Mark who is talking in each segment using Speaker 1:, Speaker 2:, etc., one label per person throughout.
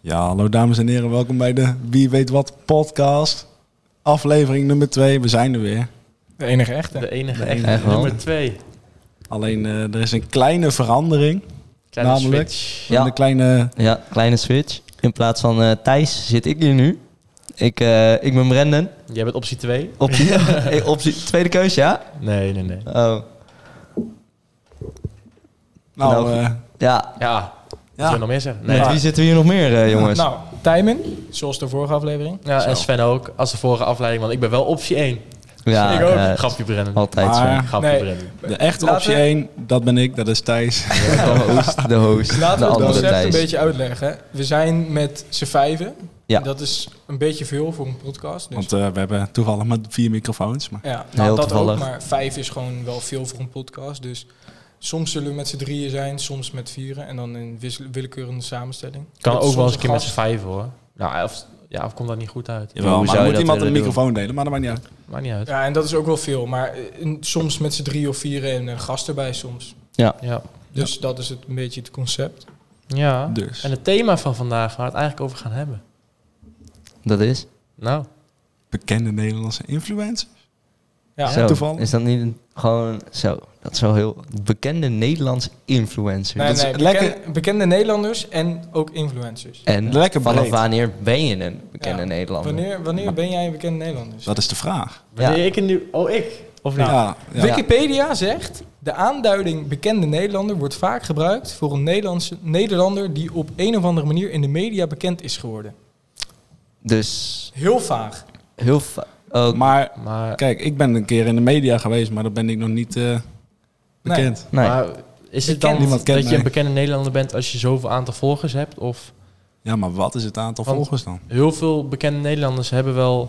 Speaker 1: Ja, hallo dames en heren, welkom bij de Wie Weet Wat podcast. Aflevering nummer 2, we zijn er weer.
Speaker 2: De enige echte.
Speaker 3: De
Speaker 1: De
Speaker 3: enige
Speaker 1: enige.
Speaker 3: echte.
Speaker 4: Echt wel.
Speaker 3: Nummer twee.
Speaker 1: Alleen eh, er is een kleine verandering.
Speaker 3: Kleine
Speaker 1: Namelijk?
Speaker 3: switch.
Speaker 1: Ja.
Speaker 4: Ja.
Speaker 1: Een kleine,
Speaker 4: Ja, kleine switch. In plaats van eh, Thijs zit ik hier nu. Ik, eh, ik ben Brendan.
Speaker 3: Jij bent optie twee?
Speaker 4: Optie, eh, optie, tweede keus, ja?
Speaker 3: Nee, nee, nee.
Speaker 4: Oh,
Speaker 1: nou,
Speaker 4: Nou,
Speaker 1: eh,
Speaker 4: ja.
Speaker 3: Ja, wat wil
Speaker 1: ja,
Speaker 3: je nog meer zeggen?
Speaker 4: Met wie zitten we hier nog meer, eh, jongens?
Speaker 2: Nou, Tijmen, zoals de vorige aflevering.
Speaker 3: Ja, en Sven ook, als de vorige afleiding, want ik ben wel optie 1.
Speaker 4: ja,
Speaker 2: ik ook.
Speaker 4: eh,
Speaker 3: Grapje Brennen.
Speaker 4: altijd zo.
Speaker 1: Maar-
Speaker 3: Grapje
Speaker 2: Nee.
Speaker 3: Brennen.
Speaker 1: de echte
Speaker 2: Laten
Speaker 1: optie
Speaker 2: we-
Speaker 1: 1, dat ben ik, dat is Thijs.
Speaker 4: De host, de host, de
Speaker 2: Laten we het
Speaker 4: andere
Speaker 2: concept een
Speaker 4: Thijs.
Speaker 2: beetje uitleggen. We zijn met z'n vijven.
Speaker 4: Ja.
Speaker 2: Dat is een beetje veel voor een podcast. Dus
Speaker 1: Want eh, we hebben toevallig maar vier microfoons. Maar
Speaker 2: ja, nou,
Speaker 4: Heel
Speaker 2: dat
Speaker 4: toevallig.
Speaker 2: ook, maar vijf is gewoon wel veel voor een podcast. Dus soms zullen we met z'n drieën zijn, soms met vieren. En dan in wissel- willekeurige samenstelling.
Speaker 3: Kan
Speaker 2: Met
Speaker 3: ook wel
Speaker 2: soms
Speaker 3: eens een keer met
Speaker 2: gast.
Speaker 3: z'n vijven hoor. Nou, of, ja, of komt dat niet goed uit?
Speaker 1: Jawel,
Speaker 4: hoe
Speaker 1: maar
Speaker 4: zou
Speaker 1: dan
Speaker 4: je
Speaker 1: moet
Speaker 4: dat
Speaker 1: iemand een
Speaker 4: willen doen?
Speaker 1: microfoon delen, maar dat maakt niet uit.
Speaker 3: Maakt niet uit. Ja.
Speaker 2: Ja, en dat is ook wel veel. Maar eh, in- soms met z'n drieën of vieren en een gast erbij soms.
Speaker 3: Ja.
Speaker 2: Dus dat is het, een beetje het concept.
Speaker 1: Dus.
Speaker 3: En het thema van vandaag, waar we het eigenlijk over gaan hebben.
Speaker 4: Dat is.
Speaker 3: Nou,
Speaker 1: Bekende Nederlandse influencer.
Speaker 2: Ja,
Speaker 4: zo.
Speaker 1: toevallig.
Speaker 4: Is dat niet een- gewoon zo? Dat is wel heel bekende Nederlandse influencer.
Speaker 2: Nee,
Speaker 1: Dat is
Speaker 2: nee,
Speaker 1: lekker-
Speaker 2: beken- bekende Nederlanders en ook influencers.
Speaker 4: En
Speaker 1: Lekker
Speaker 4: vanaf
Speaker 1: breed.
Speaker 4: wanneer ben je een bekende
Speaker 2: Ja.
Speaker 4: Nederlander?
Speaker 2: Wanneer, wanneer ben jij een bekende Nederlander?
Speaker 1: Dat is de vraag.
Speaker 3: wanneer ik een nieuw... Oh, ik? Of niet?
Speaker 1: Ja, ja,
Speaker 2: Wikipedia zegt, de aanduiding bekende Nederlander wordt vaak gebruikt voor een Nederlandse, Nederlander die op een of andere manier in de media bekend is geworden.
Speaker 4: Dus
Speaker 2: Heel vaag.
Speaker 4: heel Oh, vaak. Ook
Speaker 1: Maar
Speaker 3: Maar,
Speaker 1: kijk, ik ben een keer in de media geweest, maar dat ben ik nog niet eh, bekend.
Speaker 4: nee.
Speaker 3: maar is het
Speaker 1: ken
Speaker 3: dan
Speaker 1: niemand,
Speaker 3: dat
Speaker 1: kent
Speaker 3: je
Speaker 1: mij.
Speaker 3: een bekende Nederlander bent als je zoveel aantal volgers hebt? Of...
Speaker 1: Ja, maar wat is het aantal
Speaker 3: Want-
Speaker 1: volgers dan?
Speaker 3: heel veel bekende Nederlanders hebben wel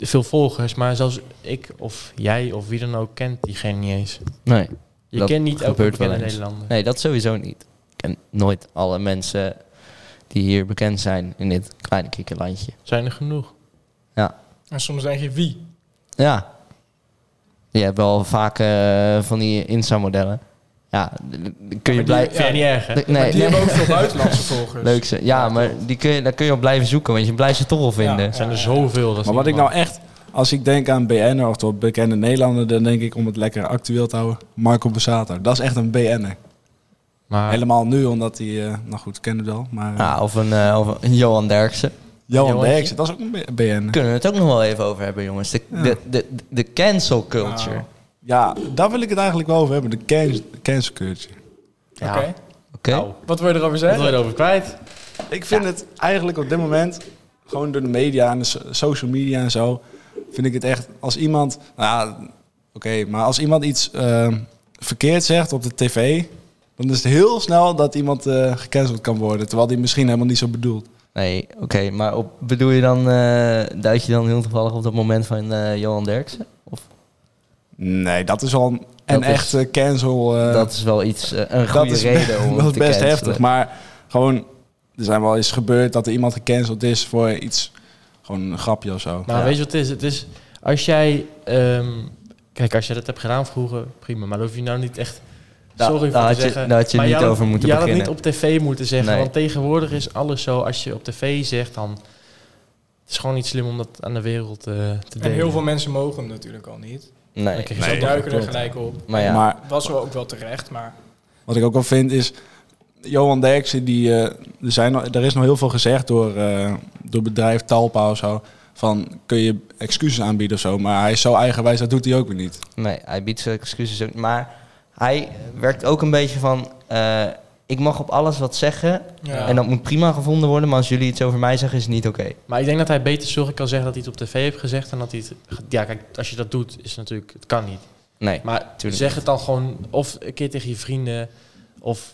Speaker 3: veel volgers, maar zelfs ik of jij of wie dan ook kent diegene niet eens.
Speaker 4: nee.
Speaker 3: Je
Speaker 4: Dat
Speaker 3: kent niet elke
Speaker 4: gebeurt wel
Speaker 3: bekende
Speaker 4: eens.
Speaker 3: Nederlander.
Speaker 4: Nee, dat sowieso niet. Ik ken nooit alle mensen die hier bekend zijn in dit kleine kikkerlandje.
Speaker 3: Zijn er genoeg?
Speaker 2: En soms denk je wie?
Speaker 4: Ja. Je hebt wel vaak eh, van die Insta-modellen. Ja, d- d- kun je
Speaker 2: die-
Speaker 4: blij...
Speaker 3: Vind je niet erg, hè?
Speaker 4: d-
Speaker 2: Maar
Speaker 4: Nee,
Speaker 2: die
Speaker 4: nee.
Speaker 2: hebben ook veel buitenlandse volgers.
Speaker 4: leuk. ze- Ja, maar die kun je, daar kun je op blijven zoeken, want je blijft ze toch wel vinden.
Speaker 2: Ja.
Speaker 3: Er zijn er zoveel. Dat is
Speaker 1: Maar wat
Speaker 3: niet
Speaker 1: ik nou echt, als ik denk aan BN'er of tot bekende Nederlander, dan denk ik om het lekker actueel te houden. Marco Borsato, dat is echt een BN'er.
Speaker 3: normaal. Maar
Speaker 1: Helemaal nu, omdat hij, eh, nou goed, kennen we wel. Maar eh,
Speaker 4: Ja, of, een, eh, of een Johan Derksen.
Speaker 1: Johan
Speaker 3: Johannetje.
Speaker 1: Derksen, dat is ook een B- BN'er.
Speaker 4: Kunnen we het ook nog wel even over hebben, jongens. De, de, de, de cancel culture.
Speaker 2: Nou,
Speaker 1: Ja, daar wil ik het eigenlijk wel over hebben. De can- cancel culture.
Speaker 3: Ja.
Speaker 2: Oké.
Speaker 4: Oké?
Speaker 3: Nou,
Speaker 2: Wat wil je erover
Speaker 3: wat wil je
Speaker 2: zeggen?
Speaker 3: erover kwijt?
Speaker 1: Ik vind het eigenlijk op dit moment, gewoon door de media en de so- social media en zo, vind ik het echt als iemand, nou, ja, oké, maar als iemand iets ehm, verkeerd zegt op de tv, dan is het heel snel dat iemand eh, gecanceld kan worden, terwijl die misschien helemaal niet zo bedoelt.
Speaker 4: Nee, oké, maar op, bedoel je dan, eh duid je dan heel toevallig op dat moment van eh, Johan Derksen? Of
Speaker 1: Nee, dat is al een, een
Speaker 4: Dat is-
Speaker 1: echte cancel. eh,
Speaker 4: dat is wel iets, eh, een goede
Speaker 1: is-
Speaker 4: reden om
Speaker 1: dat is
Speaker 4: te
Speaker 1: best
Speaker 4: cancelen.
Speaker 1: heftig, maar gewoon, er zijn wel eens gebeurd dat er iemand gecanceld is voor iets, gewoon een grapje of zo.
Speaker 3: Maar
Speaker 4: Ja.
Speaker 3: weet je wat het is? Het is als jij... ehm, kijk, als jij dat hebt gedaan vroeger, prima. Maar dat hoef je nou niet echt...
Speaker 4: Nou,
Speaker 3: Sorry
Speaker 4: daar
Speaker 3: voor
Speaker 4: had
Speaker 3: te
Speaker 4: je-
Speaker 3: zeggen.
Speaker 4: daar had je
Speaker 3: maar
Speaker 4: niet
Speaker 3: jij had-
Speaker 4: over moeten
Speaker 3: jij had
Speaker 4: beginnen.
Speaker 3: het niet op tv moeten zeggen.
Speaker 4: Nee.
Speaker 3: Want tegenwoordig is alles zo. Als je op tv zegt, dan... Het is gewoon niet slim om dat aan de wereld eh, te
Speaker 2: En
Speaker 3: delen.
Speaker 2: heel veel mensen mogen hem natuurlijk al niet.
Speaker 4: Nee,
Speaker 3: Dan krijg je
Speaker 2: Dus
Speaker 3: zo'n
Speaker 2: dan duiken er
Speaker 1: klopt.
Speaker 2: gelijk op.
Speaker 4: maar ja,
Speaker 1: Maar
Speaker 2: Was wel ook wel terecht, maar
Speaker 1: Wat ik ook wel vind is, Johan Derksen, die, eh, er, zijn, al- er is nog heel veel gezegd door, eh, door bedrijf Talpa of zo. Van kun je excuses aanbieden of zo. Maar hij is zo eigenwijs, dat doet hij ook weer niet.
Speaker 4: nee, hij biedt zijn excuses ook. Maar hij werkt ook een beetje van, eh, ik mag op alles wat zeggen
Speaker 2: ja.
Speaker 4: en dat moet prima gevonden worden, maar als jullie iets over mij zeggen is het niet oké.
Speaker 3: Maar ik denk dat hij beter zorgen kan zeggen dat hij het op tv heeft gezegd dan dat hij het... ge- Ja, kijk, als je dat doet, is het natuurlijk... Het kan niet.
Speaker 4: Nee,
Speaker 3: Maar
Speaker 4: Tuurlijk
Speaker 3: zeg het dan gewoon of een keer tegen je vrienden of...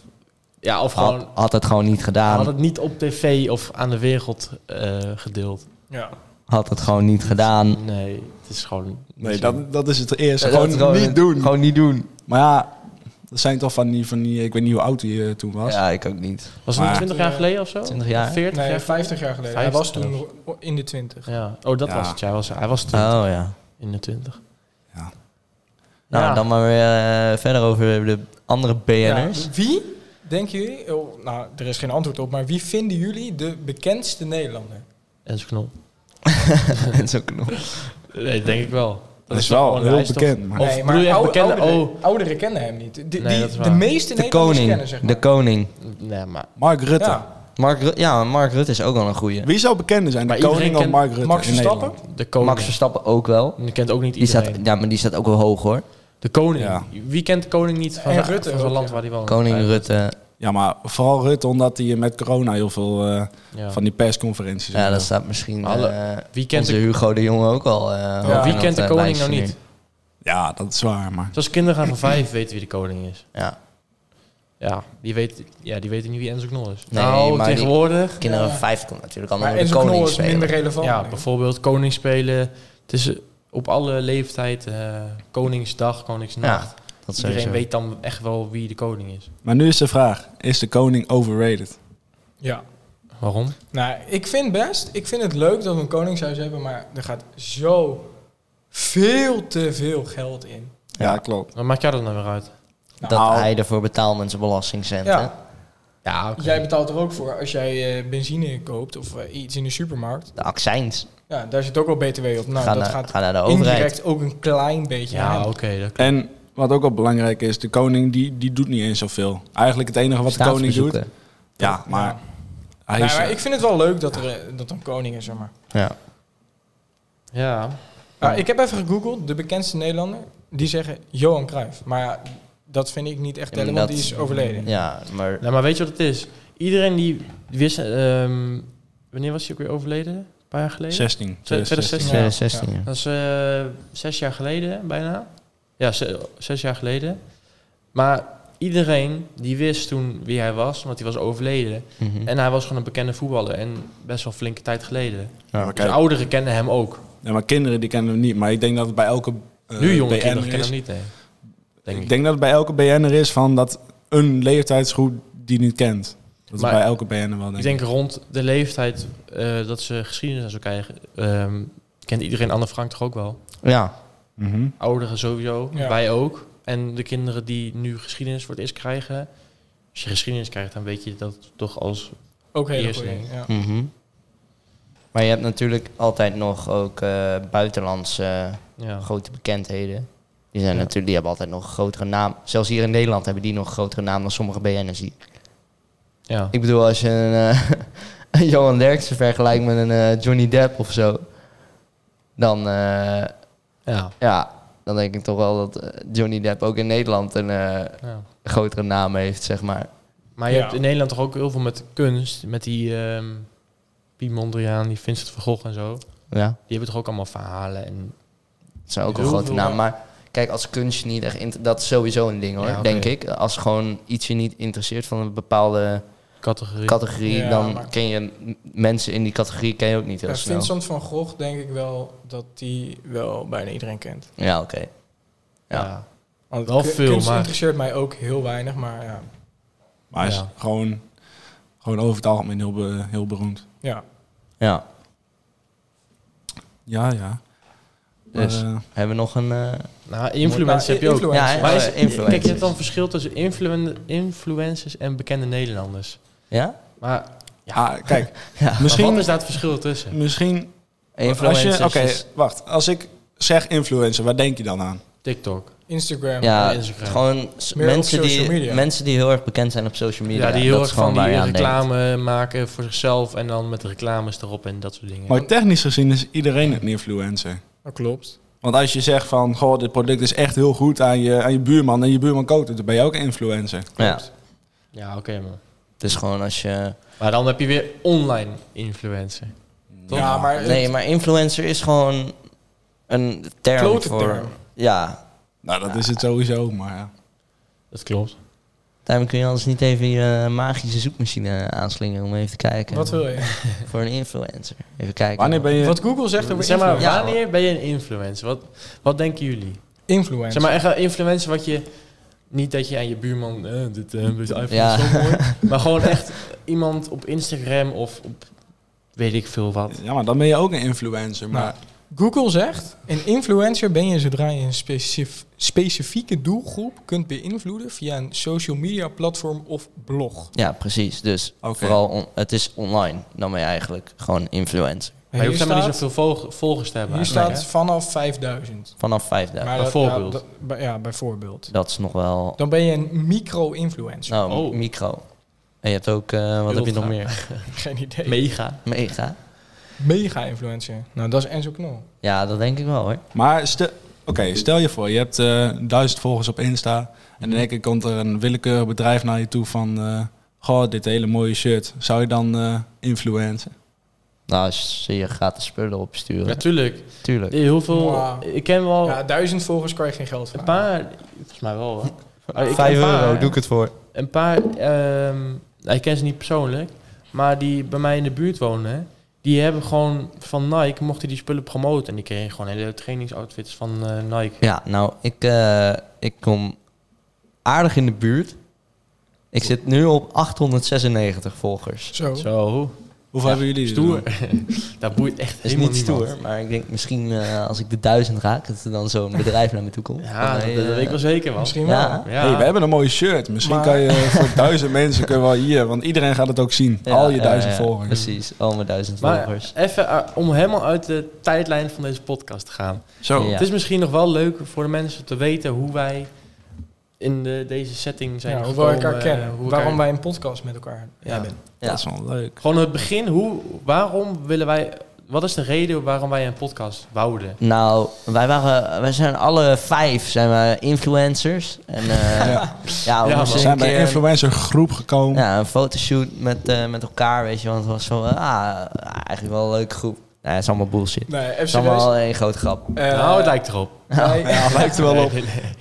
Speaker 3: Ja, of
Speaker 4: had,
Speaker 3: gewoon...
Speaker 4: had het gewoon niet
Speaker 3: Had
Speaker 4: gedaan,
Speaker 3: het niet op tv of aan de wereld eh, gedeeld.
Speaker 2: ja.
Speaker 4: had het gewoon niet gedaan.
Speaker 3: Nee, het is gewoon... niet
Speaker 1: Nee,
Speaker 3: zo.
Speaker 1: dat, dat is het eerste.
Speaker 4: Dat
Speaker 1: gewoon
Speaker 4: het
Speaker 1: niet doen.
Speaker 4: Gewoon niet doen.
Speaker 1: Maar ja, dat zijn toch van die, van die, ik weet niet hoe oud hij eh, toen was.
Speaker 4: Ja, ik ook niet.
Speaker 3: Was het
Speaker 1: Maar-
Speaker 3: niet 20 jaar geleden of zo?
Speaker 4: 20 jaar?
Speaker 3: 40
Speaker 2: Nee,
Speaker 3: jaar?
Speaker 2: 50 jaar geleden. Hij
Speaker 3: 50
Speaker 2: was toen nog in de 20.
Speaker 3: Ja. Oh, dat
Speaker 1: Ja.
Speaker 3: was het. Ja, hij was, hij was toen
Speaker 4: Oh ja.
Speaker 3: in de 20.
Speaker 1: Ja.
Speaker 4: Nou,
Speaker 3: Ja.
Speaker 4: dan maar weer eh, verder over de andere BN'ers.
Speaker 2: Ja, Wie denken jullie, oh, nou er is geen antwoord op, maar wie vinden jullie de bekendste Nederlander?
Speaker 3: Enzo Knol.
Speaker 4: en zo knop.
Speaker 3: Nee, denk ik wel.
Speaker 1: Dat is wel
Speaker 3: gewoon een
Speaker 1: heel
Speaker 3: lijst, toch?
Speaker 1: bekend. Maar
Speaker 3: Of bedoel je echt
Speaker 2: ou-
Speaker 3: bekende-
Speaker 2: ouderen,
Speaker 3: oh.
Speaker 2: ouderen kennen hem niet. De, die,
Speaker 3: Nee, dat is
Speaker 2: de
Speaker 3: waar.
Speaker 2: meeste
Speaker 4: De
Speaker 2: Nederlanders
Speaker 4: koning.
Speaker 2: kennen, zeg maar.
Speaker 4: De koning.
Speaker 3: oh, Nee, maar
Speaker 1: Mark Rutte.
Speaker 2: Ja,
Speaker 4: Mark Ru- ja, Mark Rutte is ook wel een goeie.
Speaker 1: Wie zou bekender zijn? De
Speaker 3: Maar iedereen
Speaker 1: koning of
Speaker 3: kent
Speaker 1: Mark Rutte?
Speaker 2: Max
Speaker 1: in
Speaker 2: Verstappen?
Speaker 1: Nederland?
Speaker 3: de koning.
Speaker 4: Max Verstappen ook wel.
Speaker 3: Je kent ook niet
Speaker 4: Die
Speaker 3: iedereen.
Speaker 4: staat, ja, maar die staat ook wel hoog hoor.
Speaker 3: De koning.
Speaker 1: Ja.
Speaker 3: Wie kent de koning niet van,
Speaker 2: En
Speaker 3: zijn-
Speaker 2: Rutte
Speaker 3: van zo'n
Speaker 2: ook,
Speaker 3: land
Speaker 2: ja.
Speaker 3: waar hij woont?
Speaker 4: Koning
Speaker 3: Ja.
Speaker 4: Rutte.
Speaker 1: Ja, maar vooral Rutte, omdat hij met corona heel veel eh,
Speaker 3: Ja.
Speaker 1: van die persconferenties...
Speaker 4: Ja, dat staat misschien
Speaker 3: Alle-
Speaker 4: eh,
Speaker 3: Wie kent
Speaker 4: onze
Speaker 3: de,
Speaker 4: Hugo de Jonge ook al. eh, hoog
Speaker 2: Ja,
Speaker 4: in
Speaker 3: wie
Speaker 4: dat,
Speaker 3: kent de
Speaker 4: eh,
Speaker 3: koning
Speaker 4: lijstje
Speaker 3: nou
Speaker 4: nu.
Speaker 3: niet?
Speaker 1: ja, dat is waar, maar...
Speaker 3: Zoals kinderen van vijf weten wie de koning is.
Speaker 4: Ja,
Speaker 3: Ja, die, weet, ja, die weten niet wie Enzo Knol is.
Speaker 4: Nee,
Speaker 3: nou,
Speaker 4: maar die-
Speaker 3: tegenwoordig.
Speaker 4: kinderen
Speaker 2: Ja.
Speaker 4: van vijf komt natuurlijk allemaal
Speaker 2: maar
Speaker 4: naar de
Speaker 2: Enzo Knol
Speaker 4: koning
Speaker 2: is minder
Speaker 4: spelen.
Speaker 2: relevant.
Speaker 3: Ja, bijvoorbeeld koning spelen. Het is eh, op alle leeftijd eh, Koningsdag, Koningsnacht.
Speaker 4: Ja, dat
Speaker 3: Iedereen
Speaker 4: sowieso.
Speaker 3: weet dan echt wel wie de koning is.
Speaker 1: Maar nu is de vraag, is de koning overrated?
Speaker 2: ja.
Speaker 3: Waarom?
Speaker 2: Nou, ik vind best. Ik vind het leuk dat we een koningshuis hebben, maar er gaat zo veel te veel geld in.
Speaker 1: Ja, klopt.
Speaker 3: Wat maakt jou dat nou weer uit?
Speaker 2: Nou,
Speaker 4: Dat
Speaker 1: Nou.
Speaker 4: hij ervoor betaalt met zijn belastingcenten.
Speaker 2: Ja.
Speaker 3: Ja,
Speaker 2: Jij betaalt er ook voor als jij eh, benzine koopt of eh, iets in de supermarkt.
Speaker 4: De accijns
Speaker 2: Ja, daar zit ook al btw op. Nou,
Speaker 4: gaan,
Speaker 2: dat
Speaker 4: naar,
Speaker 2: gaat
Speaker 4: gaan naar de overheid.
Speaker 2: indirect ook een klein beetje
Speaker 3: Ja,
Speaker 2: aan.
Speaker 3: oké. dat-
Speaker 1: En wat ook wel belangrijk is, de koning die, die doet niet eens zoveel. Eigenlijk het enige wat de koning doet...
Speaker 4: Staatsbezoeken.
Speaker 1: Ja, maar hij
Speaker 2: Nou,
Speaker 1: is... eh,
Speaker 3: eh,
Speaker 2: maar ik vind het wel leuk dat er, eh, dat er een koning is, zeg maar.
Speaker 4: Ja.
Speaker 3: Ja.
Speaker 2: Nou, ik heb even gegoogeld, de bekendste Nederlander, die zeggen Johan Cruijff. Maar ja, dat vind ik niet echt
Speaker 4: Ja, maar
Speaker 2: tellen, want
Speaker 4: dat-
Speaker 2: die is overleden.
Speaker 4: Ja, maar
Speaker 3: Nou, maar weet je wat het is? Iedereen die wist... ehm, wanneer was hij ook weer overleden? Een paar jaar geleden?
Speaker 1: 16.
Speaker 3: 2016.
Speaker 2: 2016, ja.
Speaker 4: 2016, ja.
Speaker 3: Dat is eh, zes jaar geleden bijna. Ja, ze- zes jaar geleden. Maar iedereen die wist toen wie hij was, want hij was overleden.
Speaker 4: Mhm.
Speaker 3: En hij was gewoon een bekende voetballer en best wel flinke tijd geleden.
Speaker 1: Ja, maar
Speaker 3: De
Speaker 1: kijk,
Speaker 3: ouderen kennen hem ook.
Speaker 1: ja, maar kinderen die kennen hem niet. Maar ik denk dat het bij elke eh,
Speaker 3: nu jonge
Speaker 1: BN'er
Speaker 3: kinderen kennen
Speaker 1: is.
Speaker 3: hem niet, nee. Denk
Speaker 1: ik.
Speaker 3: ik.
Speaker 1: denk dat het bij elke BN'er is van dat een leeftijdsgroep die niet kent. Dat is
Speaker 3: Maar-
Speaker 1: bij elke BN'er wel denk
Speaker 3: Ik denk rond de leeftijd eh, dat ze geschiedenis aan zo krijgen, ehm, kent iedereen Anne Frank toch ook wel?
Speaker 4: ja.
Speaker 1: Mhm.
Speaker 3: Ouderen sowieso,
Speaker 2: Ja.
Speaker 3: wij ook. En de kinderen die nu geschiedenis voor het eerst krijgen. Als je geschiedenis krijgt, dan weet je dat toch als
Speaker 2: Ook heel
Speaker 3: Eerst
Speaker 2: goed.
Speaker 3: niet.
Speaker 2: Ja.
Speaker 4: Mhm. Maar je hebt natuurlijk altijd nog ook eh, buitenlandse
Speaker 3: ja,
Speaker 4: eh, grote bekendheden. Die, zijn
Speaker 3: Ja.
Speaker 4: natuurlijk, die hebben altijd nog een grotere naam. Zelfs hier in Nederland hebben die nog een grotere naam dan sommige BN'ers hier.
Speaker 3: Ja.
Speaker 4: Ik bedoel, als je een, eh, een Johan Derksen vergelijkt met een eh, Johnny Depp of zo... Dan, eh,
Speaker 3: Ja.
Speaker 4: ja, dan denk ik toch wel dat eh, Johnny Depp ook in Nederland een eh,
Speaker 3: ja.
Speaker 4: grotere naam heeft, zeg maar.
Speaker 3: Maar je
Speaker 2: Ja.
Speaker 3: hebt in Nederland toch ook heel veel met kunst. Met die ehm Piet Mondriaan, die Vincent van Gogh en zo. Die
Speaker 4: Ja.
Speaker 3: hebben toch ook allemaal verhalen. En,
Speaker 4: Dat zijn ook een
Speaker 3: Heel
Speaker 4: grote
Speaker 3: veel,
Speaker 4: naam.
Speaker 3: hè?
Speaker 4: Maar kijk, als kunst je niet echt... inter- dat is sowieso een ding hoor,
Speaker 3: Ja, oké.
Speaker 4: denk ik. Als gewoon iets je niet interesseert van een bepaalde
Speaker 3: categorie.
Speaker 4: categorie...
Speaker 2: Ja,
Speaker 4: dan
Speaker 2: maar-
Speaker 4: ken je m- mensen in die categorie ken je ook niet heel
Speaker 2: Ja,
Speaker 4: snel.
Speaker 2: Vincent van Gogh denk ik wel dat die wel bijna iedereen kent.
Speaker 4: Ja, oké. Ja.
Speaker 3: ja.
Speaker 2: Want
Speaker 3: Wel
Speaker 2: kun-
Speaker 3: veel,
Speaker 2: kunst
Speaker 3: maar-
Speaker 2: interesseert mij ook heel weinig, maar ja.
Speaker 1: Maar hij is
Speaker 3: Ja.
Speaker 1: gewoon, gewoon over het algemeen heel, be- heel beroemd.
Speaker 2: ja.
Speaker 4: Ja.
Speaker 1: Ja, ja.
Speaker 4: Dus.
Speaker 1: Maar, eh,
Speaker 4: Hebben we nog een... eh,
Speaker 3: Nou, influencers heb je ook.
Speaker 4: Ja, hè?
Speaker 3: Maar is,
Speaker 4: Oh, influencers.
Speaker 3: Kijk, je hebt dan verschil tussen influen- influencers en bekende Nederlanders.
Speaker 4: ja?
Speaker 3: Maar
Speaker 1: ja, ah, kijk,
Speaker 4: Ja.
Speaker 3: misschien wat
Speaker 1: misschien,
Speaker 3: is daar het verschil tussen?
Speaker 1: misschien als je,
Speaker 4: Influencers.
Speaker 1: oké, wacht. Als ik zeg influencer, waar denk je dan aan?
Speaker 3: TikTok.
Speaker 2: Instagram.
Speaker 4: Ja,
Speaker 3: Instagram.
Speaker 4: gewoon s-
Speaker 2: Meer op
Speaker 4: mensen die,
Speaker 2: social media.
Speaker 4: mensen die heel erg bekend zijn op social media.
Speaker 3: Ja, die heel
Speaker 4: Dat is
Speaker 3: erg
Speaker 4: gewoon
Speaker 3: van die
Speaker 4: waar je aan denkt.
Speaker 3: reclame maken voor zichzelf en dan met reclames erop en dat soort dingen.
Speaker 1: Maar technisch gezien is iedereen een influencer.
Speaker 2: Dat klopt.
Speaker 1: Want als je zegt van, goh, dit product is echt heel goed aan je, aan je buurman en je buurman koopt het, dan ben je ook een influencer.
Speaker 4: Ja,
Speaker 3: ja, oké man.
Speaker 4: dus gewoon als je...
Speaker 3: Maar dan heb je weer online influencer. Toch?
Speaker 2: Ja, maar het-
Speaker 4: Nee, maar influencer is gewoon een term
Speaker 2: Klote
Speaker 4: voor...
Speaker 2: term.
Speaker 4: Ja,
Speaker 1: Nou, dat is het sowieso, maar ja.
Speaker 3: Dat klopt.
Speaker 4: Daarom kun je anders niet even je magische zoekmachine aanslingeren om even te kijken.
Speaker 2: Wat wil je?
Speaker 4: Voor een influencer. Even kijken.
Speaker 1: Wanneer ben je...
Speaker 2: Wat Google zegt over
Speaker 3: Zeg maar,
Speaker 2: influencer.
Speaker 4: Ja.
Speaker 3: wanneer ben je een influencer? Wat, wat denken jullie?
Speaker 2: influencer.
Speaker 3: Zeg maar, echt een influencer wat je... Niet dat je aan je buurman... eh, dit eh, is iPhone
Speaker 4: Ja.
Speaker 3: is zo mooi. Maar gewoon echt iemand op Instagram of op... Weet ik veel wat.
Speaker 1: Ja, maar dan ben je ook een influencer. Maar
Speaker 2: Nou, Google zegt, een influencer ben je zodra je een specif- specifieke doelgroep kunt beïnvloeden via een social media platform of blog.
Speaker 4: Ja, precies. Dus
Speaker 1: Oké.
Speaker 4: vooral, on- het is online. Dan ben je eigenlijk gewoon influencer.
Speaker 3: Maar je hoeft helemaal niet
Speaker 2: staat-
Speaker 3: zoveel volg- volgers te hebben.
Speaker 2: Hier
Speaker 3: eigenlijk,
Speaker 2: staat
Speaker 3: hè?
Speaker 2: vanaf 5000.
Speaker 4: Vanaf 5000.
Speaker 2: Maar
Speaker 3: bijvoorbeeld.
Speaker 2: dat- dat- ja, bijvoorbeeld.
Speaker 4: Dat is nog wel...
Speaker 2: Dan ben je een micro-influencer.
Speaker 4: Nou,
Speaker 3: Oh.
Speaker 4: micro. En je hebt ook... eh, wat heb je
Speaker 3: Ultra.
Speaker 4: nog meer?
Speaker 2: Geen idee.
Speaker 3: Mega.
Speaker 4: Mega.
Speaker 2: Mega-influencer. Nou, dat is Enzo Knol.
Speaker 4: Ja, dat denk ik wel hoor.
Speaker 1: Maar stel, oké, stel je voor, je hebt eh, duizend volgers op Insta. En in één keer komt er een willekeurig bedrijf naar je toe van... eh, goh, dit hele mooie shirt. Zou je dan eh influencen?
Speaker 4: Nou, als je je gratis spullen opsturen.
Speaker 3: Natuurlijk.
Speaker 4: Tuurlijk.
Speaker 3: Heel veel.
Speaker 2: Wow.
Speaker 3: Ik ken wel
Speaker 2: Ja, duizend volgers kan je geen geld
Speaker 3: Oh. een
Speaker 2: vragen.
Speaker 3: paar. Volgens mij wel. hoor. Maar ik-
Speaker 4: Vijf
Speaker 3: een paar,
Speaker 4: euro,
Speaker 3: hè.
Speaker 4: doe ik het voor.
Speaker 3: Een paar. ehm, nou, ik ken ze niet persoonlijk. Maar die bij mij in de buurt wonen. hè, Die hebben gewoon van Nike mochten die spullen promoten. En die kregen gewoon hele trainingsoutfits van eh, Nike.
Speaker 4: Ja, nou, ik, eh, ik kom aardig in de buurt. Ik zit nu op 896 volgers.
Speaker 2: Zo.
Speaker 3: Zo.
Speaker 1: Hoeveel
Speaker 4: Ja,
Speaker 1: hebben jullie er
Speaker 3: Stoer.
Speaker 1: dan?
Speaker 3: dat boeit echt
Speaker 4: Dat is
Speaker 3: helemaal
Speaker 4: niet stoer, maar ik denk misschien eh, als ik de duizend raak, dat er dan zo'n bedrijf naar me toe komt.
Speaker 3: Ja,
Speaker 4: Van,
Speaker 3: dat,
Speaker 4: hey,
Speaker 3: dat
Speaker 4: eh,
Speaker 3: weet ik wel zeker wel.
Speaker 2: Misschien wel.
Speaker 4: Ja.
Speaker 2: Ja.
Speaker 3: Ja.
Speaker 1: Hey, we hebben een mooi shirt. Misschien
Speaker 2: Maar-
Speaker 1: kan je voor duizend mensen kunnen wel hier. Want iedereen gaat het ook zien.
Speaker 4: ja,
Speaker 1: Al je
Speaker 4: ja,
Speaker 1: duizend
Speaker 4: ja, Dus-
Speaker 1: volgers.
Speaker 4: Precies, al mijn duizend
Speaker 3: Maar
Speaker 4: volgers.
Speaker 3: even eh, om helemaal uit de tijdlijn van deze podcast te gaan.
Speaker 1: Zo.
Speaker 4: Ja.
Speaker 3: Het is misschien nog wel leuk voor de mensen te weten hoe wij in de, deze setting zijn
Speaker 2: Ja, hoe we
Speaker 3: gekomen.
Speaker 2: elkaar kennen.
Speaker 3: eh, hoe we
Speaker 2: waarom
Speaker 3: elkaar-
Speaker 2: wij een podcast met elkaar
Speaker 3: Ja.
Speaker 2: hebben.
Speaker 1: Dat is wel leuk.
Speaker 3: Gewoon het begin. Hoe, waarom willen wij... Wat is de reden waarom wij een podcast wouden?
Speaker 4: Nou, wij, waren, wij zijn alle vijf zijn wij influencers. En, eh, ja.
Speaker 1: Ja.
Speaker 4: we
Speaker 3: Ja,
Speaker 1: We
Speaker 4: moesten
Speaker 3: man.
Speaker 1: zijn
Speaker 4: een
Speaker 1: bij
Speaker 4: keer
Speaker 1: een influencer groep gekomen.
Speaker 4: Ja, een fotoshoot met, eh, met elkaar, weet je. Want het was zo, ah, eigenlijk wel een leuke groep. Nee, het is allemaal bullshit. Het
Speaker 2: Nee, even
Speaker 4: is
Speaker 2: serieus.
Speaker 4: allemaal één grote grap.
Speaker 2: Eh,
Speaker 3: nou, het lijkt erop.
Speaker 2: wij-
Speaker 1: lijkt er wel op.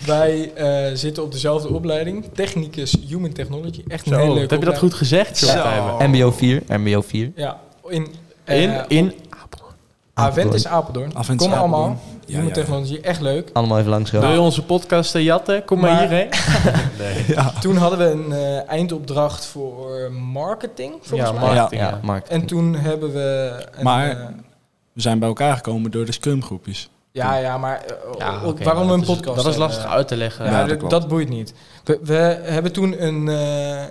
Speaker 2: Wij eh, zitten op dezelfde opleiding. Technicus Human Technology. Echt een
Speaker 3: Zo,
Speaker 2: hele leuke
Speaker 3: heb je dat
Speaker 2: opleiding.
Speaker 3: goed gezegd? John
Speaker 1: Zo.
Speaker 3: Tijmen?
Speaker 4: MBO 4, MBO 4.
Speaker 2: Ja. In, eh,
Speaker 3: In, in
Speaker 2: Aventis Apeldoorn.
Speaker 1: Aventis
Speaker 2: Kom
Speaker 1: Apeldoorn.
Speaker 2: allemaal.
Speaker 1: Ja,
Speaker 2: Human
Speaker 1: ja, ja.
Speaker 2: Technology. Echt leuk.
Speaker 4: Allemaal even langs
Speaker 3: wil
Speaker 4: gaan.
Speaker 3: je onze podcast eh, jatten? Kom maar,
Speaker 2: Maar-
Speaker 3: hierheen. nee.
Speaker 2: Toen hadden we een eh, eindopdracht voor marketing, volgens
Speaker 3: Ja,
Speaker 2: mij.
Speaker 1: maar-
Speaker 3: marketing.
Speaker 4: Ja,
Speaker 3: Ja.
Speaker 4: Mark.
Speaker 2: En toen hebben we... een,
Speaker 1: Maar-
Speaker 2: eh,
Speaker 1: We zijn bij elkaar gekomen door de scrum groepjes.
Speaker 2: ja, ja, maar eh,
Speaker 3: Ja,
Speaker 2: ook waarom
Speaker 3: oké, maar
Speaker 2: we een
Speaker 3: dat is-
Speaker 2: podcast
Speaker 3: Dat is
Speaker 2: hebben.
Speaker 3: lastig uit te leggen.
Speaker 2: Ja,
Speaker 1: Ja, dat
Speaker 2: dat,
Speaker 1: klopt.
Speaker 2: dat boeit niet. We, we hebben toen een eh,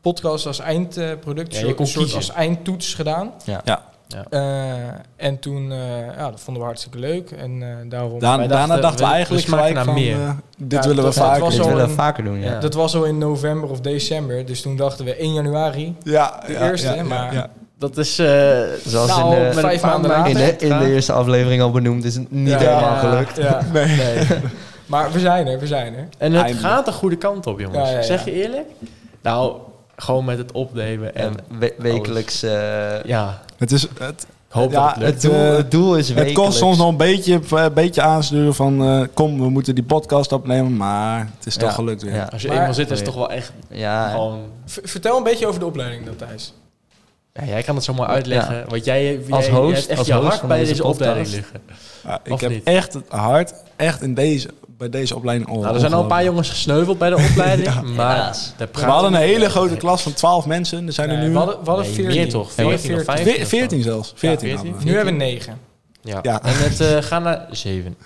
Speaker 2: podcast als eindproduct,
Speaker 3: Ja, je
Speaker 2: soort-
Speaker 3: kon
Speaker 2: een soort
Speaker 3: kiezen.
Speaker 2: als eindtoets gedaan.
Speaker 4: Ja.
Speaker 1: Ja.
Speaker 3: Ja.
Speaker 2: Eh, en toen, eh, ja, dat vonden we hartstikke leuk. En eh, daarom...
Speaker 1: Daan-
Speaker 3: wij dachten,
Speaker 1: daarna dachten we
Speaker 3: we-
Speaker 1: eigenlijk
Speaker 3: we smaken
Speaker 1: gelijk
Speaker 3: naar
Speaker 1: van...
Speaker 3: meer.
Speaker 1: eh, dit
Speaker 2: Ja,
Speaker 1: willen we
Speaker 2: dat- dat
Speaker 1: vaker.
Speaker 2: was
Speaker 4: Dit
Speaker 2: al
Speaker 4: willen we
Speaker 2: een-
Speaker 4: vaker doen, ja.
Speaker 3: Ja.
Speaker 2: Dat was al in november of december, dus toen dachten we 1 januari.
Speaker 1: Ja,
Speaker 2: De
Speaker 1: ja,
Speaker 2: eerste,
Speaker 1: ja,
Speaker 2: hè,
Speaker 1: ja,
Speaker 2: maar-
Speaker 1: ja.
Speaker 3: Dat is... eh
Speaker 4: Zoals
Speaker 3: nou,
Speaker 4: in de-
Speaker 3: met een
Speaker 2: vijf
Speaker 3: paar
Speaker 2: maanden
Speaker 3: maanden
Speaker 4: In, de, in de
Speaker 3: erachteraan.
Speaker 4: eerste aflevering al benoemd, is het niet
Speaker 2: Ja.
Speaker 4: helemaal gelukt.
Speaker 2: Ja, nee. Maar we zijn er, we zijn er.
Speaker 3: En het
Speaker 1: Eindelijk.
Speaker 3: gaat de goede kant op, jongens.
Speaker 2: Ja, ja, ja.
Speaker 3: Zeg je eerlijk? Nou, gewoon met het opnemen. En
Speaker 4: En we- wekelijks... eh,
Speaker 3: ja,
Speaker 1: Het, is, het,
Speaker 3: ik hoop
Speaker 1: Ja,
Speaker 3: dat het lukt.
Speaker 4: het, doel,
Speaker 1: eh,
Speaker 4: het doel is
Speaker 1: het
Speaker 4: wekelijks.
Speaker 1: kost soms nog een beetje, een beetje aansturen van... eh, kom, we moeten die podcast opnemen. Maar het is toch
Speaker 4: Ja,
Speaker 1: gelukt weer.
Speaker 4: Ja,
Speaker 3: Als je
Speaker 2: maar-
Speaker 3: eenmaal zit, is het
Speaker 4: Nee.
Speaker 3: toch wel echt
Speaker 4: ja.
Speaker 3: gewoon...
Speaker 2: V- vertel een beetje over de opleiding dan, Thijs.
Speaker 3: Ja, jij kan het zomaar uitleggen. Want jij, jij,
Speaker 4: Als
Speaker 3: jij
Speaker 4: host-
Speaker 3: hebt echt
Speaker 4: als
Speaker 3: je
Speaker 4: host
Speaker 3: hart
Speaker 4: van
Speaker 3: bij
Speaker 4: deze
Speaker 3: deze, opleiding
Speaker 4: podcast.
Speaker 3: liggen.
Speaker 1: Ja, ik
Speaker 3: Of
Speaker 1: heb
Speaker 3: niet?
Speaker 1: echt het hard, echt in deze, bij deze opleiding... Oh,
Speaker 3: Nou, er zijn al een paar jongens gesneuveld bij de opleiding. Maar
Speaker 4: Helaas.
Speaker 3: daar
Speaker 1: We
Speaker 3: praten
Speaker 1: hadden een
Speaker 3: niet
Speaker 1: hele
Speaker 3: over.
Speaker 1: grote klas van 12 mensen. Er zijn er
Speaker 2: Nee,
Speaker 1: nu...
Speaker 2: we hadden, we hadden
Speaker 3: Nee,
Speaker 2: 14.
Speaker 3: meer toch?
Speaker 2: We hadden
Speaker 3: 14 of
Speaker 2: 14.
Speaker 3: 15
Speaker 1: Ve- 14 zelfs. 14
Speaker 3: 14.
Speaker 1: hadden we.
Speaker 2: Nu hebben we 9.
Speaker 3: Ja.
Speaker 1: Ja.
Speaker 3: En het eh gaat naar zeven.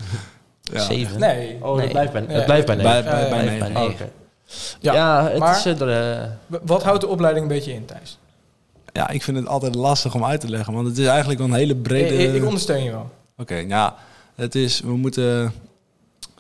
Speaker 1: Ja.
Speaker 4: Zeven.
Speaker 2: Nee,
Speaker 3: Oh,
Speaker 4: Nee.
Speaker 3: dat blijft bij,
Speaker 2: Ja.
Speaker 3: het blijft bij negen.
Speaker 1: Bij, bij, bij
Speaker 2: Eh,
Speaker 4: Blijf
Speaker 1: negen.
Speaker 4: bij
Speaker 3: Oh,
Speaker 4: negen.
Speaker 3: oké.
Speaker 2: Ja,
Speaker 3: Ja, het
Speaker 2: maar-
Speaker 3: is... eh, door, eh,
Speaker 2: W- Wat houdt de opleiding een beetje in, Thijs?
Speaker 1: Ja, ik vind het altijd lastig om uit te leggen, want het is eigenlijk wel een hele brede...
Speaker 3: eh,
Speaker 2: Ik, ik- ik ondersteun je wel.
Speaker 1: Oké, ja. Het is, we moeten,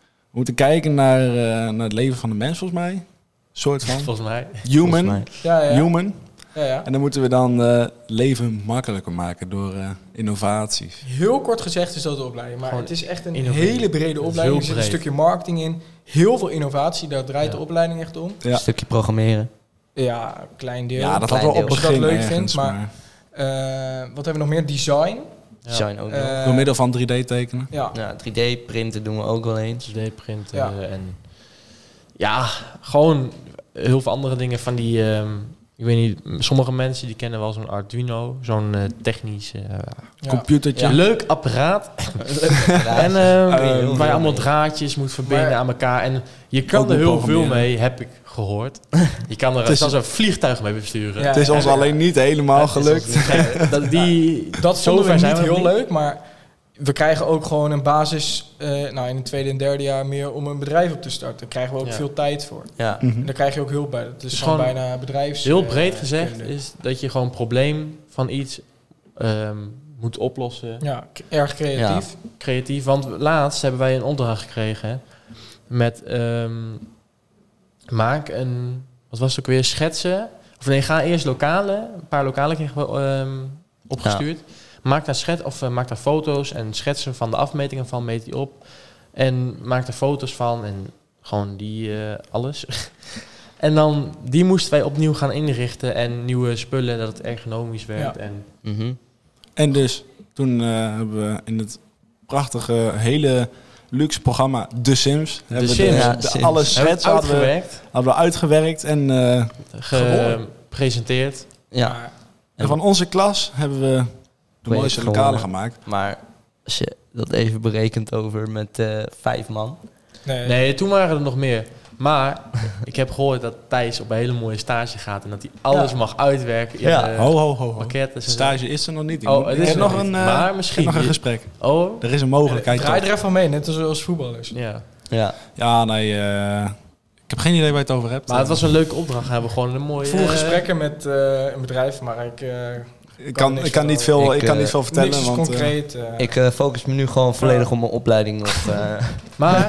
Speaker 1: we moeten kijken naar, eh, naar het leven van de mens, volgens mij. Een soort van.
Speaker 3: volgens mij.
Speaker 1: Human.
Speaker 4: Volgens mij.
Speaker 2: Ja, ja.
Speaker 1: Human.
Speaker 2: ja, ja.
Speaker 1: En dan moeten we dan eh, leven makkelijker maken door eh, innovaties.
Speaker 2: Heel kort gezegd is dat de opleiding. Maar
Speaker 3: Gewoon
Speaker 2: het is echt een
Speaker 3: innoveren.
Speaker 2: hele brede opleiding. Er
Speaker 3: Heel
Speaker 2: zit een
Speaker 3: breed.
Speaker 2: stukje marketing in. Heel veel innovatie. Daar draait
Speaker 3: Ja.
Speaker 2: de opleiding echt om.
Speaker 1: Ja.
Speaker 4: Een stukje programmeren.
Speaker 2: Ja, een klein deel.
Speaker 1: Ja, dat
Speaker 4: klein
Speaker 1: hadden we op
Speaker 4: deel.
Speaker 1: het
Speaker 2: Als je dat
Speaker 1: begin
Speaker 2: leuk
Speaker 1: ergens,
Speaker 2: vindt, maar- Eh, wat hebben we nog meer? Design.
Speaker 3: Ja.
Speaker 4: Design ook nog.
Speaker 2: Eh,
Speaker 1: Door middel van 3D tekenen.
Speaker 2: Ja.
Speaker 4: Ja, 3D-printen doen we ook wel eens.
Speaker 3: 3D-printen
Speaker 2: Ja.
Speaker 3: en... Ja, gewoon heel veel andere dingen van die... ehm, ik weet niet, sommige mensen die kennen wel zo'n Arduino, zo'n eh, technisch... eh,
Speaker 2: ja.
Speaker 1: Computertje.
Speaker 2: Ja.
Speaker 3: Leuk apparaat. en ehm, waar je allemaal draadjes moet verbinden
Speaker 2: Maar-
Speaker 3: aan elkaar. En je kan
Speaker 1: Ook
Speaker 3: er heel veel
Speaker 1: programmeren.
Speaker 3: mee, heb ik gehoord. Je kan er
Speaker 1: is-
Speaker 3: zelfs een vliegtuig mee besturen. Dus,
Speaker 2: Ja.
Speaker 3: eh,
Speaker 1: Het is ons alleen niet helemaal
Speaker 4: Dat is ons
Speaker 1: gelukt.
Speaker 4: niet gelukt.
Speaker 3: Dat, die,
Speaker 2: Dat vonden
Speaker 3: zover
Speaker 2: we
Speaker 3: zijn
Speaker 2: niet
Speaker 3: we nog
Speaker 2: heel
Speaker 3: niet.
Speaker 2: leuk, maar we krijgen ook gewoon een basis, eh, nou in het tweede en derde jaar meer om een bedrijf op te starten. Daar krijgen we ook
Speaker 3: Ja.
Speaker 2: veel tijd voor.
Speaker 3: Ja.
Speaker 1: Mhm.
Speaker 2: En daar krijg je ook hulp bij. Dat is
Speaker 3: Dus
Speaker 2: gewoon
Speaker 3: gewoon
Speaker 2: bijna bedrijfs.
Speaker 3: Heel
Speaker 2: eh,
Speaker 3: breed gezegd
Speaker 2: kunde.
Speaker 3: is dat je gewoon een probleem van iets ehm, moet oplossen.
Speaker 2: Ja, k- erg creatief.
Speaker 3: creatief. Want laatst hebben wij een opdracht gekregen hè, met ehm, maak een, wat was het ook weer, schetsen. Of nee, ga eerst lokale, een paar lokale kregen we ehm, opgestuurd. Maak daar schet, of eh, maak daar foto's en schetsen van de afmetingen van, meet die op. En maak daar foto's van en gewoon die eh, alles. en dan, die moesten wij opnieuw gaan inrichten en nieuwe spullen, dat het ergonomisch werd.
Speaker 2: Ja.
Speaker 3: En,
Speaker 1: Hm.
Speaker 4: Mhm.
Speaker 1: En dus toen eh, hebben we in het prachtige, hele luxe programma De Sims... hebben
Speaker 3: Sims.
Speaker 1: we
Speaker 4: Ja,
Speaker 1: de, alle
Speaker 4: Sims.
Speaker 3: hebben we het
Speaker 1: schetsen hadden we,
Speaker 3: uitgewerkt,
Speaker 1: hadden we uitgewerkt. En eh, gewonnen.
Speaker 3: gepresenteerd.
Speaker 4: Ja,
Speaker 2: Maar
Speaker 4: En-
Speaker 1: van onze klas hebben we de
Speaker 4: je
Speaker 1: mooiste
Speaker 4: het
Speaker 1: lokalen
Speaker 4: gewonnen?
Speaker 1: gemaakt.
Speaker 4: maar als je dat even berekent over met eh, vijf man.
Speaker 2: nee,
Speaker 3: Nee, toen waren er nog meer. Maar ik heb gehoord dat Thijs op een hele mooie stage gaat en dat hij alles
Speaker 1: Ja.
Speaker 3: mag uitwerken. in de
Speaker 1: ho, ho, ho. ho.
Speaker 3: pakketten. en zo.
Speaker 1: Oh. Stage is er nog niet. Ik,
Speaker 3: Oh,
Speaker 1: moet-
Speaker 3: het
Speaker 1: ik
Speaker 3: is
Speaker 1: heb
Speaker 3: er
Speaker 1: nog
Speaker 3: niet.
Speaker 1: een, eh,
Speaker 3: maar
Speaker 1: ik heb
Speaker 3: misschien.
Speaker 1: nog een gesprek.
Speaker 3: Oh,
Speaker 1: Er is een mogelijkheid.
Speaker 2: Eh, draai
Speaker 1: toch?
Speaker 2: er even mee, net als, als voetballers.
Speaker 3: ja.
Speaker 4: Ja,
Speaker 1: Ja, nee. eh, ik heb geen idee waar je het over hebt.
Speaker 3: Maar het was een leuke opdracht. We hebben gewoon een mooie.
Speaker 2: Voel
Speaker 3: eh,
Speaker 2: gesprekken met eh, een bedrijf, maar ik, eh,
Speaker 1: ik
Speaker 2: kan
Speaker 1: kan,
Speaker 2: niks
Speaker 1: ik kan, niet,
Speaker 2: vertellen.
Speaker 1: veel,
Speaker 4: Ik,
Speaker 1: ik kan
Speaker 4: eh,
Speaker 1: niet veel vertellen.
Speaker 2: niks is
Speaker 1: want, eh,
Speaker 2: concreet. eh.
Speaker 4: ik eh, focus me nu gewoon volledig op mijn opleiding. Of, eh,
Speaker 3: Maar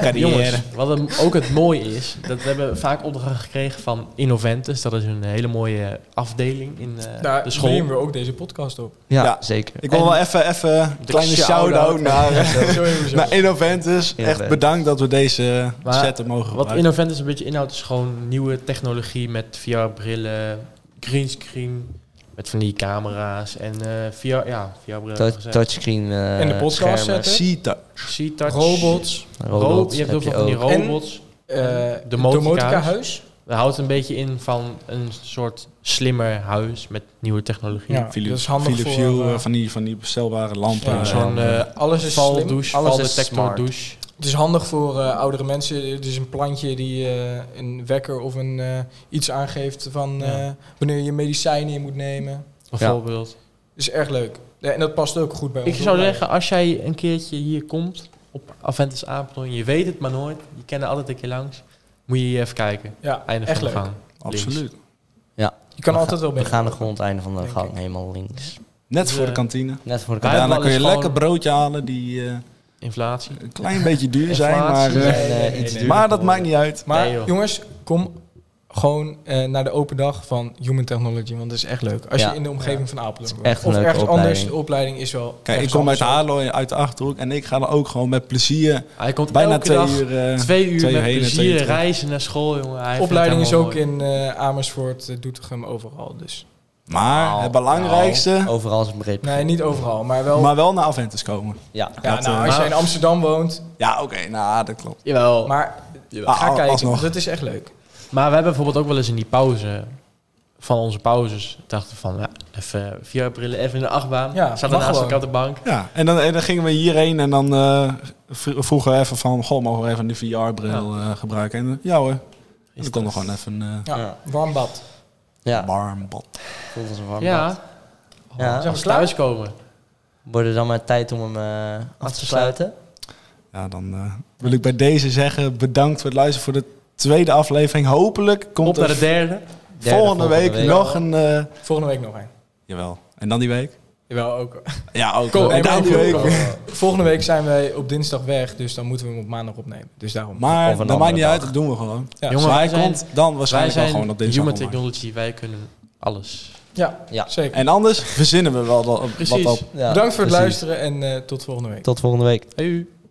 Speaker 1: Carrière.
Speaker 3: jongens, wat hem- ook het mooie is, dat we hebben vaak opdrachten gekregen van Innoventus. Dat is een hele mooie afdeling in eh,
Speaker 2: daar
Speaker 3: de school.
Speaker 2: nemen we ook deze podcast op.
Speaker 4: ja,
Speaker 1: Ja.
Speaker 4: zeker.
Speaker 1: ik wil
Speaker 3: En-
Speaker 1: wel even even een kleine
Speaker 3: shout-out.
Speaker 1: shout-out naar, eh,
Speaker 2: Zo even zo.
Speaker 1: naar Innoventus. Echt
Speaker 4: Innoventus.
Speaker 1: bedankt dat we deze
Speaker 3: Maar
Speaker 1: setup mogen
Speaker 3: Wat
Speaker 1: gebruiken.
Speaker 3: Innoventus een beetje inhoudt, is gewoon nieuwe technologie met VR-brillen, greenscreen, met van die camera's en eh VR, ja, VR-brillen.
Speaker 4: Tou- touchscreen. eh,
Speaker 2: En de podcast
Speaker 4: schermen.
Speaker 2: zetten.
Speaker 1: Sita.
Speaker 3: C-touch.
Speaker 2: Robots,
Speaker 3: Ro-
Speaker 4: Robots
Speaker 3: je hebt heel
Speaker 4: heb
Speaker 3: veel
Speaker 4: je
Speaker 3: van die
Speaker 4: ook.
Speaker 2: En-
Speaker 3: robots.
Speaker 2: eh
Speaker 3: De
Speaker 2: de
Speaker 3: Motica
Speaker 2: Motica
Speaker 3: Huis.
Speaker 2: Huis.
Speaker 3: Dat houdt een beetje in van een soort slimmer huis met nieuwe technologie.
Speaker 2: Ja.
Speaker 1: Philips,
Speaker 2: dat is handig
Speaker 1: Philips
Speaker 2: voor,
Speaker 1: Hue,
Speaker 2: eh,
Speaker 1: eh, van, die, van die bestelbare lampen.
Speaker 2: Ja,
Speaker 1: eh,
Speaker 3: Zo'n eh
Speaker 2: Alles is slim.
Speaker 3: valdouche,
Speaker 2: Alles is
Speaker 3: valdetector
Speaker 4: smart.
Speaker 3: douche.
Speaker 2: Het is handig voor eh, oudere mensen. Het is een plantje die eh, een wekker of een, eh, iets aangeeft van
Speaker 3: Ja.
Speaker 2: eh, wanneer je medicijnen in moet nemen.
Speaker 3: Bijvoorbeeld.
Speaker 2: is erg leuk. Ja, en dat past ook goed bij
Speaker 3: Ik
Speaker 2: ons.
Speaker 3: zou zeggen, als jij een keertje hier komt op Aventus Apeldoorn, je weet het maar nooit, je kent er altijd een keer langs, moet je hier even kijken.
Speaker 2: Ja,
Speaker 3: Einde
Speaker 2: echt
Speaker 3: van de
Speaker 2: leuk.
Speaker 3: gang.
Speaker 1: absoluut.
Speaker 2: Je kan
Speaker 4: We
Speaker 2: altijd wel
Speaker 4: We
Speaker 2: binnen.
Speaker 4: gaan er gewoon het einde van de
Speaker 2: Denk
Speaker 4: gang
Speaker 2: ik.
Speaker 4: helemaal links.
Speaker 1: Net
Speaker 3: Dus,
Speaker 1: voor de
Speaker 3: eh,
Speaker 1: kantine.
Speaker 4: Net voor de
Speaker 3: Wij-
Speaker 4: camera.
Speaker 1: Daarna kun je
Speaker 3: is gewoon-
Speaker 1: lekker broodje halen die eh,
Speaker 3: Inflatie.
Speaker 1: een klein beetje duur zijn. Maar,
Speaker 3: Inflatie.
Speaker 1: eh,
Speaker 3: Nee,
Speaker 2: nee, nee, nee,
Speaker 4: iets
Speaker 2: nee.
Speaker 4: duurder
Speaker 1: maar dat
Speaker 4: geworden.
Speaker 1: maakt niet uit.
Speaker 2: Maar
Speaker 3: Nee, joh.
Speaker 2: jongens, kom gewoon eh, naar de open dag van Human Technology, want dat is echt leuk. Als
Speaker 4: Ja.
Speaker 2: je in de omgeving van Apeldoorn woont.
Speaker 4: echt een
Speaker 2: of
Speaker 4: leuke
Speaker 2: ergens anders,
Speaker 4: opleiding.
Speaker 2: de opleiding is wel...
Speaker 1: Kijk, ik
Speaker 2: ergens
Speaker 1: kom uit
Speaker 2: anders.
Speaker 1: Haarlem, uit de Achterhoek. En ik ga er ook gewoon met plezier
Speaker 3: Hij komt
Speaker 1: bijna
Speaker 3: elke
Speaker 1: twee
Speaker 3: dag
Speaker 1: uur... eh,
Speaker 3: twee uur
Speaker 1: twee uur
Speaker 3: met
Speaker 1: heen en twee uur
Speaker 3: plezier
Speaker 1: terug.
Speaker 3: reizen naar school, jongen. Hij
Speaker 2: De
Speaker 3: vindt
Speaker 2: opleiding
Speaker 3: het
Speaker 2: is ook
Speaker 3: helemaal
Speaker 2: in eh, Amersfoort, eh, Doetinchem, overal. Dus.
Speaker 1: maar
Speaker 4: Nou,
Speaker 1: het belangrijkste...
Speaker 4: Overal is een breed.
Speaker 2: Nee, niet overal, maar wel...
Speaker 1: Maar wel naar Aventus komen.
Speaker 4: Ja.
Speaker 2: ja,
Speaker 1: dat,
Speaker 2: nou,
Speaker 1: eh,
Speaker 2: als je
Speaker 3: maar-
Speaker 2: in Amsterdam woont,
Speaker 1: Ja, oké. nou, dat klopt.
Speaker 3: mooi. Jawel. Maar,
Speaker 2: maar
Speaker 1: Ah,
Speaker 2: ga
Speaker 1: al-
Speaker 2: kijken,
Speaker 1: alsnog.
Speaker 2: dat is echt leuk.
Speaker 3: maar we hebben bijvoorbeeld ook wel eens in die pauze van onze pauzes dachten we van ja, even via brillen even in de achtbaan.
Speaker 2: Ja,
Speaker 3: Zaten
Speaker 2: mag
Speaker 3: naast
Speaker 2: gewoon.
Speaker 3: elkaar op de bank.
Speaker 1: Ja, en dan, en dan gingen we hierheen en dan eh, v- vroegen we even van... Goh, mogen we even de VR-bril eh, gebruiken? En eh, ja hoor. En
Speaker 3: Is
Speaker 1: dan kon er
Speaker 3: dat-
Speaker 1: gewoon even een
Speaker 2: Ja,
Speaker 4: Ja.
Speaker 2: warm bad.
Speaker 1: eh
Speaker 4: Ja.
Speaker 1: warm bad.
Speaker 4: Voelt als een warm bad.
Speaker 3: Ja.
Speaker 4: Ja.
Speaker 3: ja.
Speaker 2: Zijn we
Speaker 3: Als
Speaker 2: klaar?
Speaker 3: thuiskomen.
Speaker 4: Wordt het dan maar tijd om hem eh, af te sluiten?
Speaker 1: Ja, dan eh, wil ik bij deze zeggen... Bedankt voor het luisteren voor de tweede aflevering. Hopelijk komt
Speaker 3: Op naar
Speaker 1: er
Speaker 3: de derde.
Speaker 4: Derde
Speaker 1: volgende, week, nog een... eh,
Speaker 2: Volgende week nog een.
Speaker 1: jawel. En dan die week?
Speaker 2: Jawel, ook.
Speaker 1: Ja, ook.
Speaker 2: Kom,
Speaker 1: en
Speaker 2: en
Speaker 1: dan
Speaker 2: wij
Speaker 1: die
Speaker 2: doen
Speaker 1: week.
Speaker 2: ook. Volgende week zijn wij op dinsdag weg, dus dan moeten we hem op maandag opnemen. Dus daarom.
Speaker 4: Of
Speaker 1: Maar
Speaker 4: een
Speaker 1: dat
Speaker 4: andere
Speaker 1: maakt niet
Speaker 4: dag.
Speaker 1: uit, dat doen we gewoon.
Speaker 2: Ja,
Speaker 3: Jongen,
Speaker 1: Maar hij
Speaker 3: wij zijn-
Speaker 1: komt dan
Speaker 3: Wij
Speaker 1: waarschijnlijk wel
Speaker 3: zijn
Speaker 1: gewoon op dinsdag.
Speaker 3: human
Speaker 1: online.
Speaker 3: technology. Wij kunnen alles.
Speaker 2: ja,
Speaker 4: Ja.
Speaker 2: zeker.
Speaker 1: En anders verzinnen we wel dat, wat
Speaker 3: Precies.
Speaker 1: op.
Speaker 4: Ja,
Speaker 2: Bedankt voor het
Speaker 4: precies.
Speaker 2: luisteren en eh, tot volgende week.
Speaker 4: Tot volgende week.
Speaker 3: Hey, u.